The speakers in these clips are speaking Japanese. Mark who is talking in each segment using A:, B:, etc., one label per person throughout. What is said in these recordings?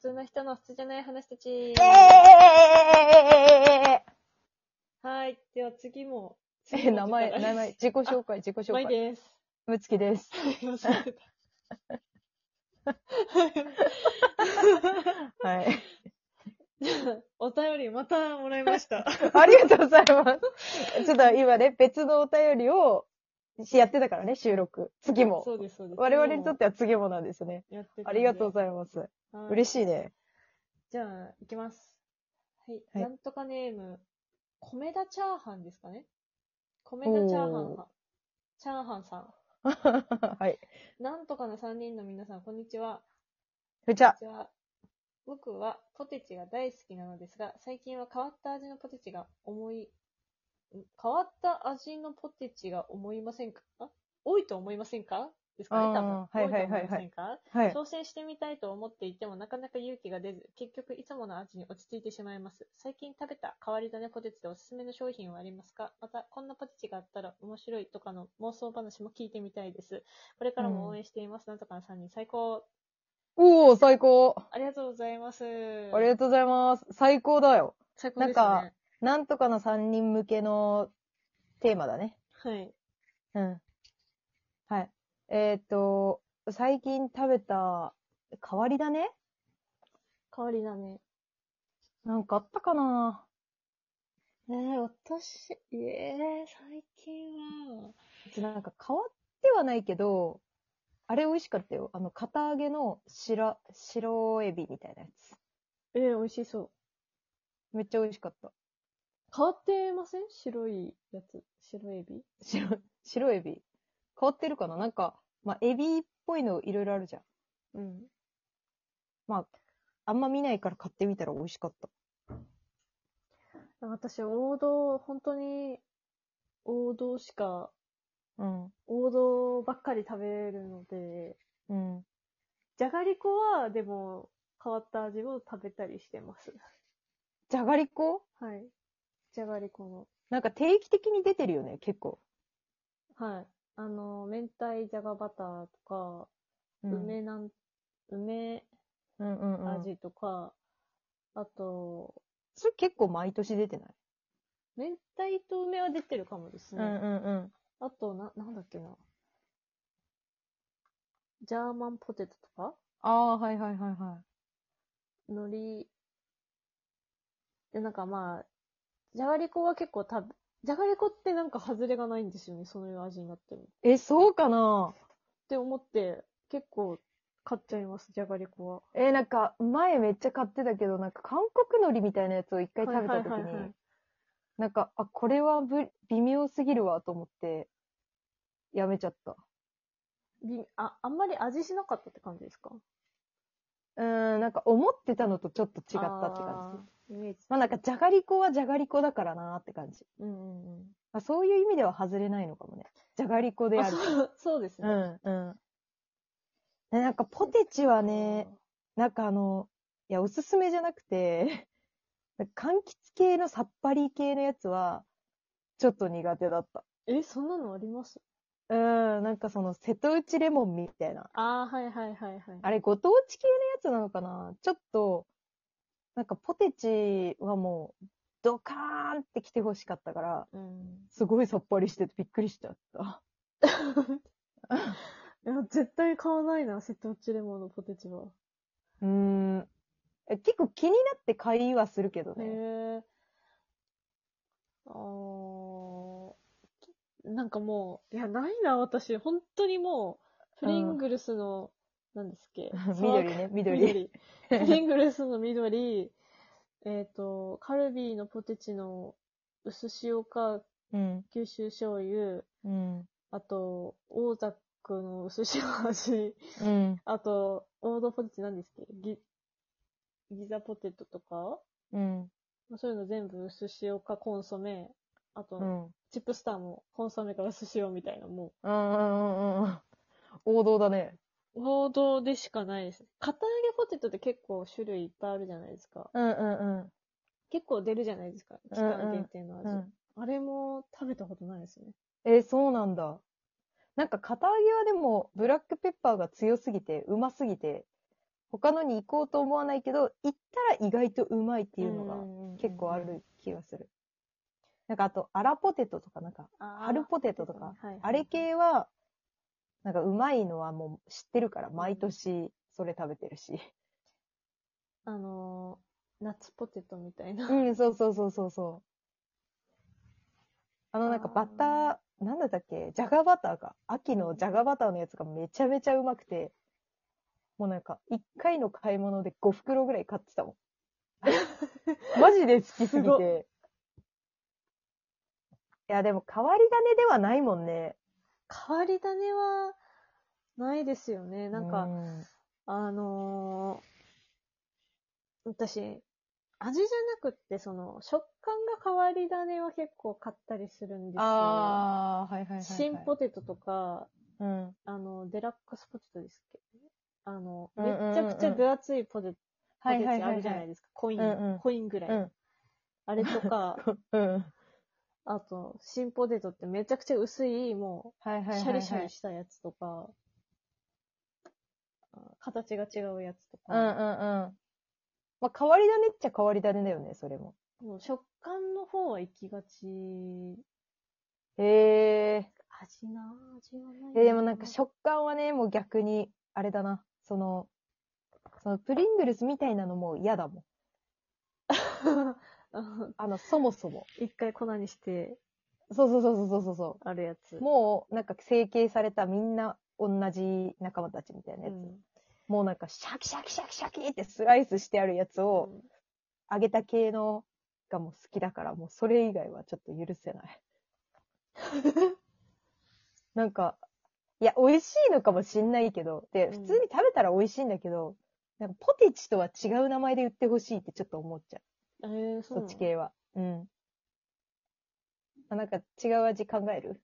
A: 普通の人の普通じゃない話たち。
B: え
A: はい。では次も。
B: ー、
A: 次
B: え、
A: も
B: 名前、名前、。自己紹介、自己紹
A: まい
B: 介。
A: です。
B: むつきです。
A: 忘れてた
B: はい。
A: お便りまたもらいました。
B: ありがとうございます。ちょっと今ね、別のお便りをしやってたからね、収録。次も。
A: そうです、そうです。
B: 我々にとっては次もなんですね。
A: やって
B: ありがとうご
A: い
B: ざいます。
A: ます
B: 嬉しいね。
A: じゃあ、いきます。はい。
B: はい
A: なんとかネーム、米田チャーハンですかね米田チャーハン
B: お
A: さん。チャーハンさ
B: はい。
A: ん。なんとかの3人の皆さん、こんにちは。
B: ふちゃ。
A: こんにちは。僕はポテチが大好きなのですが、最近は変わった味のポテチが思い、ん変わった味のポテチが思いませんか多いと思いませんかですかね、多分
B: あ。ーはいはいは
A: 多と
B: いはい
A: 思ませんか
B: はい。
A: 挑戦してみたいと思っていてもなかなか勇気が出ず、結局いつもの味に落ち着いてしまいます。最近食べた変わり種ポテチでおすすめの商品はありますかまた、こんなポテチがあったら面白いとかの妄想話も聞いてみたいです。これからも応援しています。なんとかの3人、最高。
B: おー、最高。
A: ありがとうございます。
B: ありがとうございます。最高だよ。
A: 最高ですね。
B: なんなんとかの3人向けのテーマだね。
A: はい。
B: うん。はい。えーっと、最近食べた変わりだね
A: 香りだね。
B: なんかあったかな
A: えー、私、ええ最近は。
B: うちなんか変わってはないけど、あれ美味しかったよ。あの、片揚げの白、白エビみたいなやつ。
A: えー、美味しそう。
B: めっちゃ美味しかった。
A: 変わってません白いやつ。白エビ。
B: 白、白エビ。変わってるかななんか、まあ、エビっぽいのいろいろあるじゃん。
A: うん。
B: まあ、あんま見ないから買ってみたら美味しかった。
A: 私、王道、本当に、王道しか、
B: うん。
A: 王道ばっかり食べるので、
B: うん。
A: じゃがりこは、でも、変わった味を食べたりしてます。
B: じゃがりこ
A: はい。じゃがりこの。
B: なんか定期的に出てるよね、結構。
A: はい。あの、明太じゃがバターとか、
B: うん
A: 梅なん、梅
B: うんうんうん。
A: 味とか、あと、
B: それ結構毎年出てない
A: 明太と梅は出てるかもですね。
B: んうん。
A: あと、な、なんだっけな。ジャーマンポテトとか
B: ああ、はいはいはいは
A: 海苔。で、なんかまあ、じゃがりこは結構食べ、じゃがりこってなんか外れがないんですよね、その味になってる。っ
B: い。え、そうかな
A: て思って、結構買っちゃいます、じゃがりこは。
B: え、なんか、前めっちゃ買ってたけど、なんか韓国海苔みたいなやつを一回食べた時
A: はいはいはいは
B: に
A: い、
B: なんか、あ、これはぶ微妙すぎるわと思って、やめちゃった。
A: びあ、あんまり味しなかったって感じですか
B: うーん、なんか思ってたのとちょっと違ったって感じ。
A: じ。イメージ。
B: まあなんか、じゃがりこはじゃがりこだからなーって感じ。
A: うんうんうん。
B: あ、そういう意味では外れないのかもね。じゃがりこであ
A: あ
B: る。
A: そうそうです
B: う
A: ね。
B: ん、うん。えなんか、ポテチはね、なんかあの、いや、おすすめじゃなくて、 柑橘系のさっぱり系のやつは、ちょっと苦手だった。
A: え、そんなのあります
B: うーん、なんかその、瀬戸内レモンみたいな。
A: ああ、はいはいはいはい。
B: あれ、ご当地系のやつなのかなちょっと、なんかポテチはもう、ドカーンって来て欲しかったから、
A: うん。
B: すごいさっぱりしててびっくりしちゃった。
A: いや、絶対買わないな、瀬戸内レモンのポテチは。
B: うーん。え結構気になって買いはするけど
A: へ
B: ね。
A: え。あーなんかもう、いや、ないな、私。本当にもう、プリングルスの、なんですっけ
B: 緑ね、緑。。
A: プリングルスの緑、えっ、と、カルビーのポテチの薄塩か
B: うん。
A: 九州醤油、
B: うん。
A: あと、オーザックの薄塩味、
B: うん。
A: あと、王道ポテチなんですっけギ、ギザポテトとか
B: うん。
A: まあそういうの全部薄塩かコンソメ、あと、
B: うん。
A: チップスターもコンソメか薄塩みたいな、も
B: うんうんうんうん。王道だね。
A: う、王道でしかないです。片揚げポテトって結構種類いっぱいあるじゃないですか。
B: うんうんうん。
A: 結構出るじゃないですか。期間限定の味。
B: うん、
A: あれも食べたことないですね。
B: えーそうなんだ。なんか、片揚げはでも、ブラックペッパーが強すぎて、うますぎて、他のに行こうと思わないけど、行ったら意外とうまいっていうのが
A: が
B: 結構ある気がする。なんかあと、アラポテトとかなんか、春ポテトとか、あれ系は、なんかうまいのはもう知ってるから、毎年それ食べてるし。
A: あのー、夏ポテトみたいな。
B: うん、そうそうそうそうそう。あのなん
A: あ
B: か
A: ー
B: バター、なんだったっけジャガバターか。秋のジャガバターのやつがめちゃめちゃうまくて、もうなんか、一回の買い物で5袋ぐらい買ってた もん。マジで好きすぎ。
A: すごって
B: いや、でも変わり種ではないもんね。
A: 変わり種は、ないですよね。なんか、
B: う
A: あのー私、味じゃなくって、その、食感が変わり種は結構買ったりするんですよ。
B: ああ、はいはいはい、はい。
A: 新ポテトとか、
B: うん。
A: あの、デラックスポテトですっけあの、
B: うん
A: め
B: うんうんうん
A: ちゃくちゃ分厚いポテト、ポ
B: はい
A: テチ
B: はいはい、はい。
A: あるじゃないですか。コイン、
B: うんうん
A: コインぐらい。
B: うん
A: あれと か、
B: うん。はい
A: あと、新ポテトってめちゃくちゃ薄い、も
B: は
A: う、
B: いはい、はい。
A: シャリシャリしたやつとか、あ形が違うやつと
B: うんうんうん
A: か、。
B: まあ、変わり種っちゃ変わり種だよね、それも。
A: もう食感の方は行きがち、
B: へえ。
A: 味なぁ味はない。
B: え、でもなんか食感はね、もう逆に、あれだな。その、そのプリングルスみたいなのも嫌だもん。
A: うん
B: あの、そもそも。
A: 一回粉にして
B: そうそうそうそうそうそ
A: あるやつ。
B: う。もう、なんか成形されたみんな同じ仲間たちみたいなやつ。
A: うん
B: もうなんかシャキシャキシャキシャキってスライスしてあるやつを
A: うん
B: 揚げた系のがもう好きだから、もうそれ以外はちょっと許せない。 なんか、いや、美味しいのかもしんないけど、で、
A: うん
B: 普通に食べたら美味しいんだけど、なんかポテチとは違う名前で売ってほしいってちょっと思っちゃう。
A: えー、そう
B: そ
A: な
B: っ
A: の
B: ち系は。うん。あ、なんか違う味考える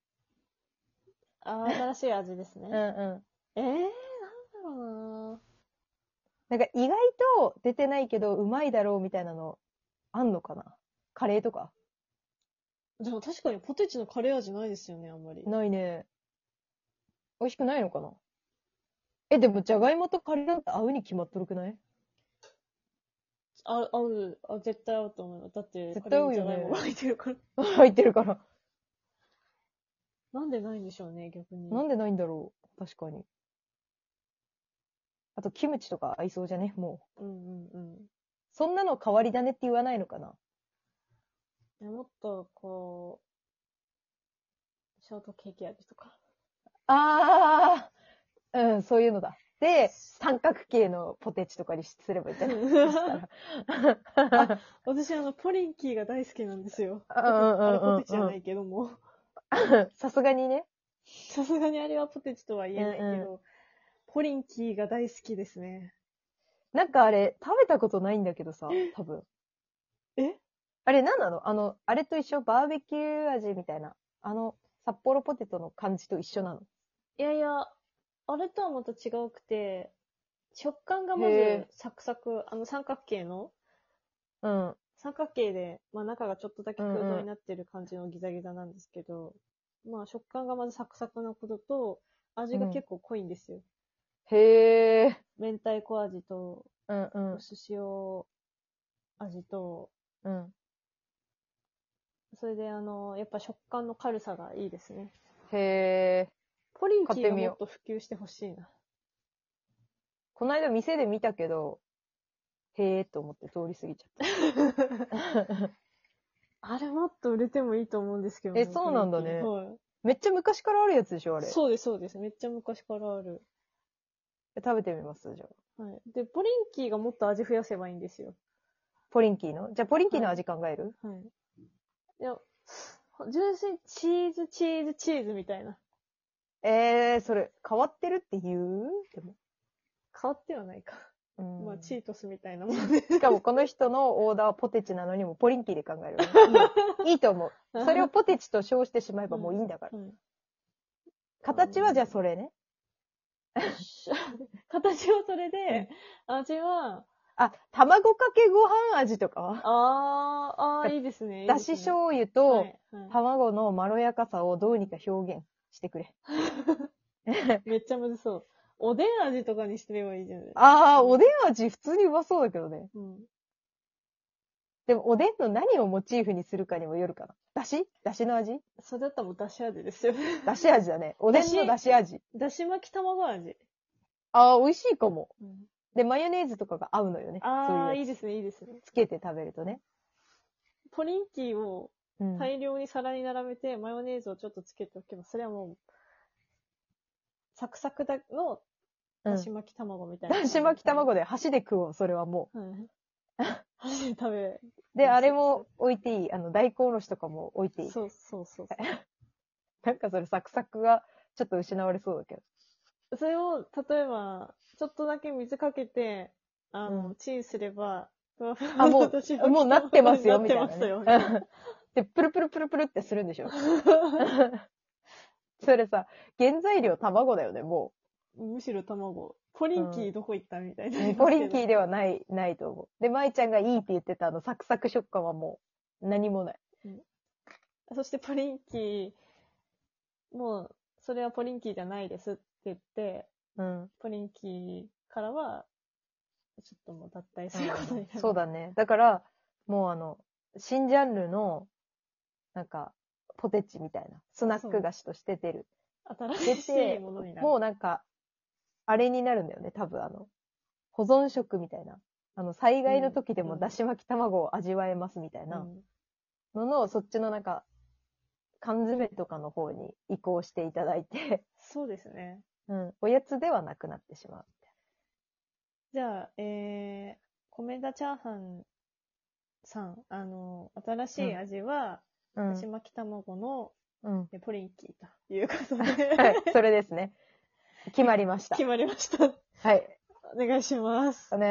A: あー新しい味ですね。
B: うんう
A: えー、なんだろ
B: ん。なんか意外と出てないけど、うまいだろうみたいなの、あんのかなカレーとか
A: うなぁでも確かにポテチのカレー味ないですよね、あんまり。
B: ないね。美味しくないのかなえ、でも、じゃがいもとカレーなんて合うに決まっとるくない
A: あ、合う、あ絶対合うと思う。だって、
B: 絶対合うよね
A: カレーにじゃがいも巻いてるから。
B: 入ってるから。
A: なんでないんでしょうね、逆に。
B: なんでないんだろう確かに。あと、キムチとか合いそうじゃねもう。
A: うんうんうん。
B: そんなの変わり種って言わないのかな
A: でもっと、こう、ショートケーキ味と か。
B: ああうん、そういうのだ。で、三角形のポテチとかにすればいいんじゃない
A: 私、あの、ポリンキーが大好きなんですよ。
B: うんうんうんうん
A: あれポテチじゃないけども。
B: さすがにね。
A: さすがにあれはポテチとは言えないけど、
B: うん
A: ポリンキーが大好きですね。
B: なんかあれ、食べたことないんだけどさ、多分。
A: え
B: あれ、なんなのあの、あれと一緒バーベキュー味みたいな。あの、札幌ポテトの感じと一緒なの。
A: いやいや、あれとはまた違うくて、食感がま
B: へ
A: ず
B: え
A: サクサク、あの三角形の、
B: うん。
A: 三角形で、まあ中がちょっとだけ空
B: うんう
A: 洞
B: ん
A: になってる感じのギザギザなんですけど、まあ食感がまずサクサクなことと、味が結構濃いんですよ。
B: へえ。
A: 明太子味と、
B: うんうん
A: 薄塩味と、
B: うん。
A: それであの、やっぱ食感の軽さがいいですね。
B: へえ。
A: ポリンキー
B: 買っ
A: が
B: てみ
A: も
B: よ
A: っと普及してほしいな。
B: この間店で見たけど、へえと思って通り過ぎちゃった。
A: あれもっと売れてもいいと思うんですけど
B: えそうなんだね
A: は
B: めっちゃ昔からあるやつでしょあ
A: い。
B: れ。
A: そうです、そうです。めっちゃ昔からある。
B: 食べてみますじゃあ。
A: はい。で、ポリンキーがもっと味増やせばいいんですよ。
B: ポリンキーのじゃあ、ポリンキーの味考える、
A: はい。いや、純粋にチーズ、チーズ、チーズみたいな。
B: ええー、それ、変わってるって言うでも。
A: 変わってはないか。
B: うん
A: まあ、チートスみたいなもんで。
B: しかもこの人のオーダーはポテチなのにもポリンキーで考える。 いいいいと思う。それをポテチと称してしまえばもういいんだから。
A: うん
B: 形はじゃあそれね。
A: 形はそれで、味は、
B: あ、卵かけご飯味とかは
A: あー、あー、いいですね。
B: だし
A: ょ
B: 醤油
A: う
B: と
A: はいは
B: 卵のまろやかさをどうにか表現してくれ。
A: い、めっちゃむずそう。おでん味とかにしてればいいじゃない
B: ああ、おでん味普通にうまそうだけどね。
A: うん。
B: でも、おでんの何をモチーフにするかにもよるかな。だしだしの味
A: それだったらもうだし味ですよね。
B: だし味だね。おでんのだし味。
A: だし巻き卵味。
B: ああ、美味しいかも。
A: うん、
B: で、マヨネーズとかが合うのよね。
A: ああ、
B: そういう
A: い
B: や
A: いですね、いいですね。
B: つ。つけて食べるとね。
A: ポリンキーを
B: うん。
A: 大量に皿に並べて、マヨネーズをちょっとつけておけば、それはもう、サクサクだの、
B: うん
A: だし巻き卵みたいな。
B: だし巻き。卵で箸で食おう、それはも
A: うん。箸で食べ
B: う。で、
A: うん
B: あれも置いていい。あの、大根おろしとかも置いていい。
A: そうそうそうそう。
B: なんかそれサクサクがちょっと失われそうだけど。
A: それを、例えば、ちょっとだけ水かけて、あの、
B: うん
A: チンすれば、
B: あ、も
A: 私
B: う、もうなってますよ、みたい な、
A: な
B: ね。
A: ってますよみたいな。
B: で、プルプルプルプルってするんでしょ それさ、原材料卵だよね、も
A: むしろ卵。ポリンキーどこ行ったみたいな。
B: う。ポリンキーではない、ないと思う。で、舞ちゃんがいいって言ってたあの、サクサク食感はもう、何もない。
A: そしてポリンキー、もう、それはポリンキーじゃないですって言って、
B: うん。
A: ポリンキーからは、ちょっともう脱退することになる。
B: そうだね。だから、もうあの、新ジャンルの、なんか、ポテチみたいな、スナック菓子として出る。
A: 新しいものになる。
B: もうなんか、あれになるんだよね、多分あの、保存食みたいな。あの、災害の時で
A: う
B: も
A: ん
B: だし巻き卵を味わえますみたいな
A: うん
B: のの、そっちのなんか、缶詰とかの方に移行していただいて、
A: そうですね。
B: うん、おやつではなくなってしまう。
A: じゃあ、えー、米田チャーハンさん、あの、新しい味は、
B: う
A: だ
B: ん
A: し。巻き卵の
B: うん、
A: えポリンキーということ
B: は
A: で
B: い、、それですね。決まりました
A: 決。まりました。
B: はい。
A: お願いします。
B: お願い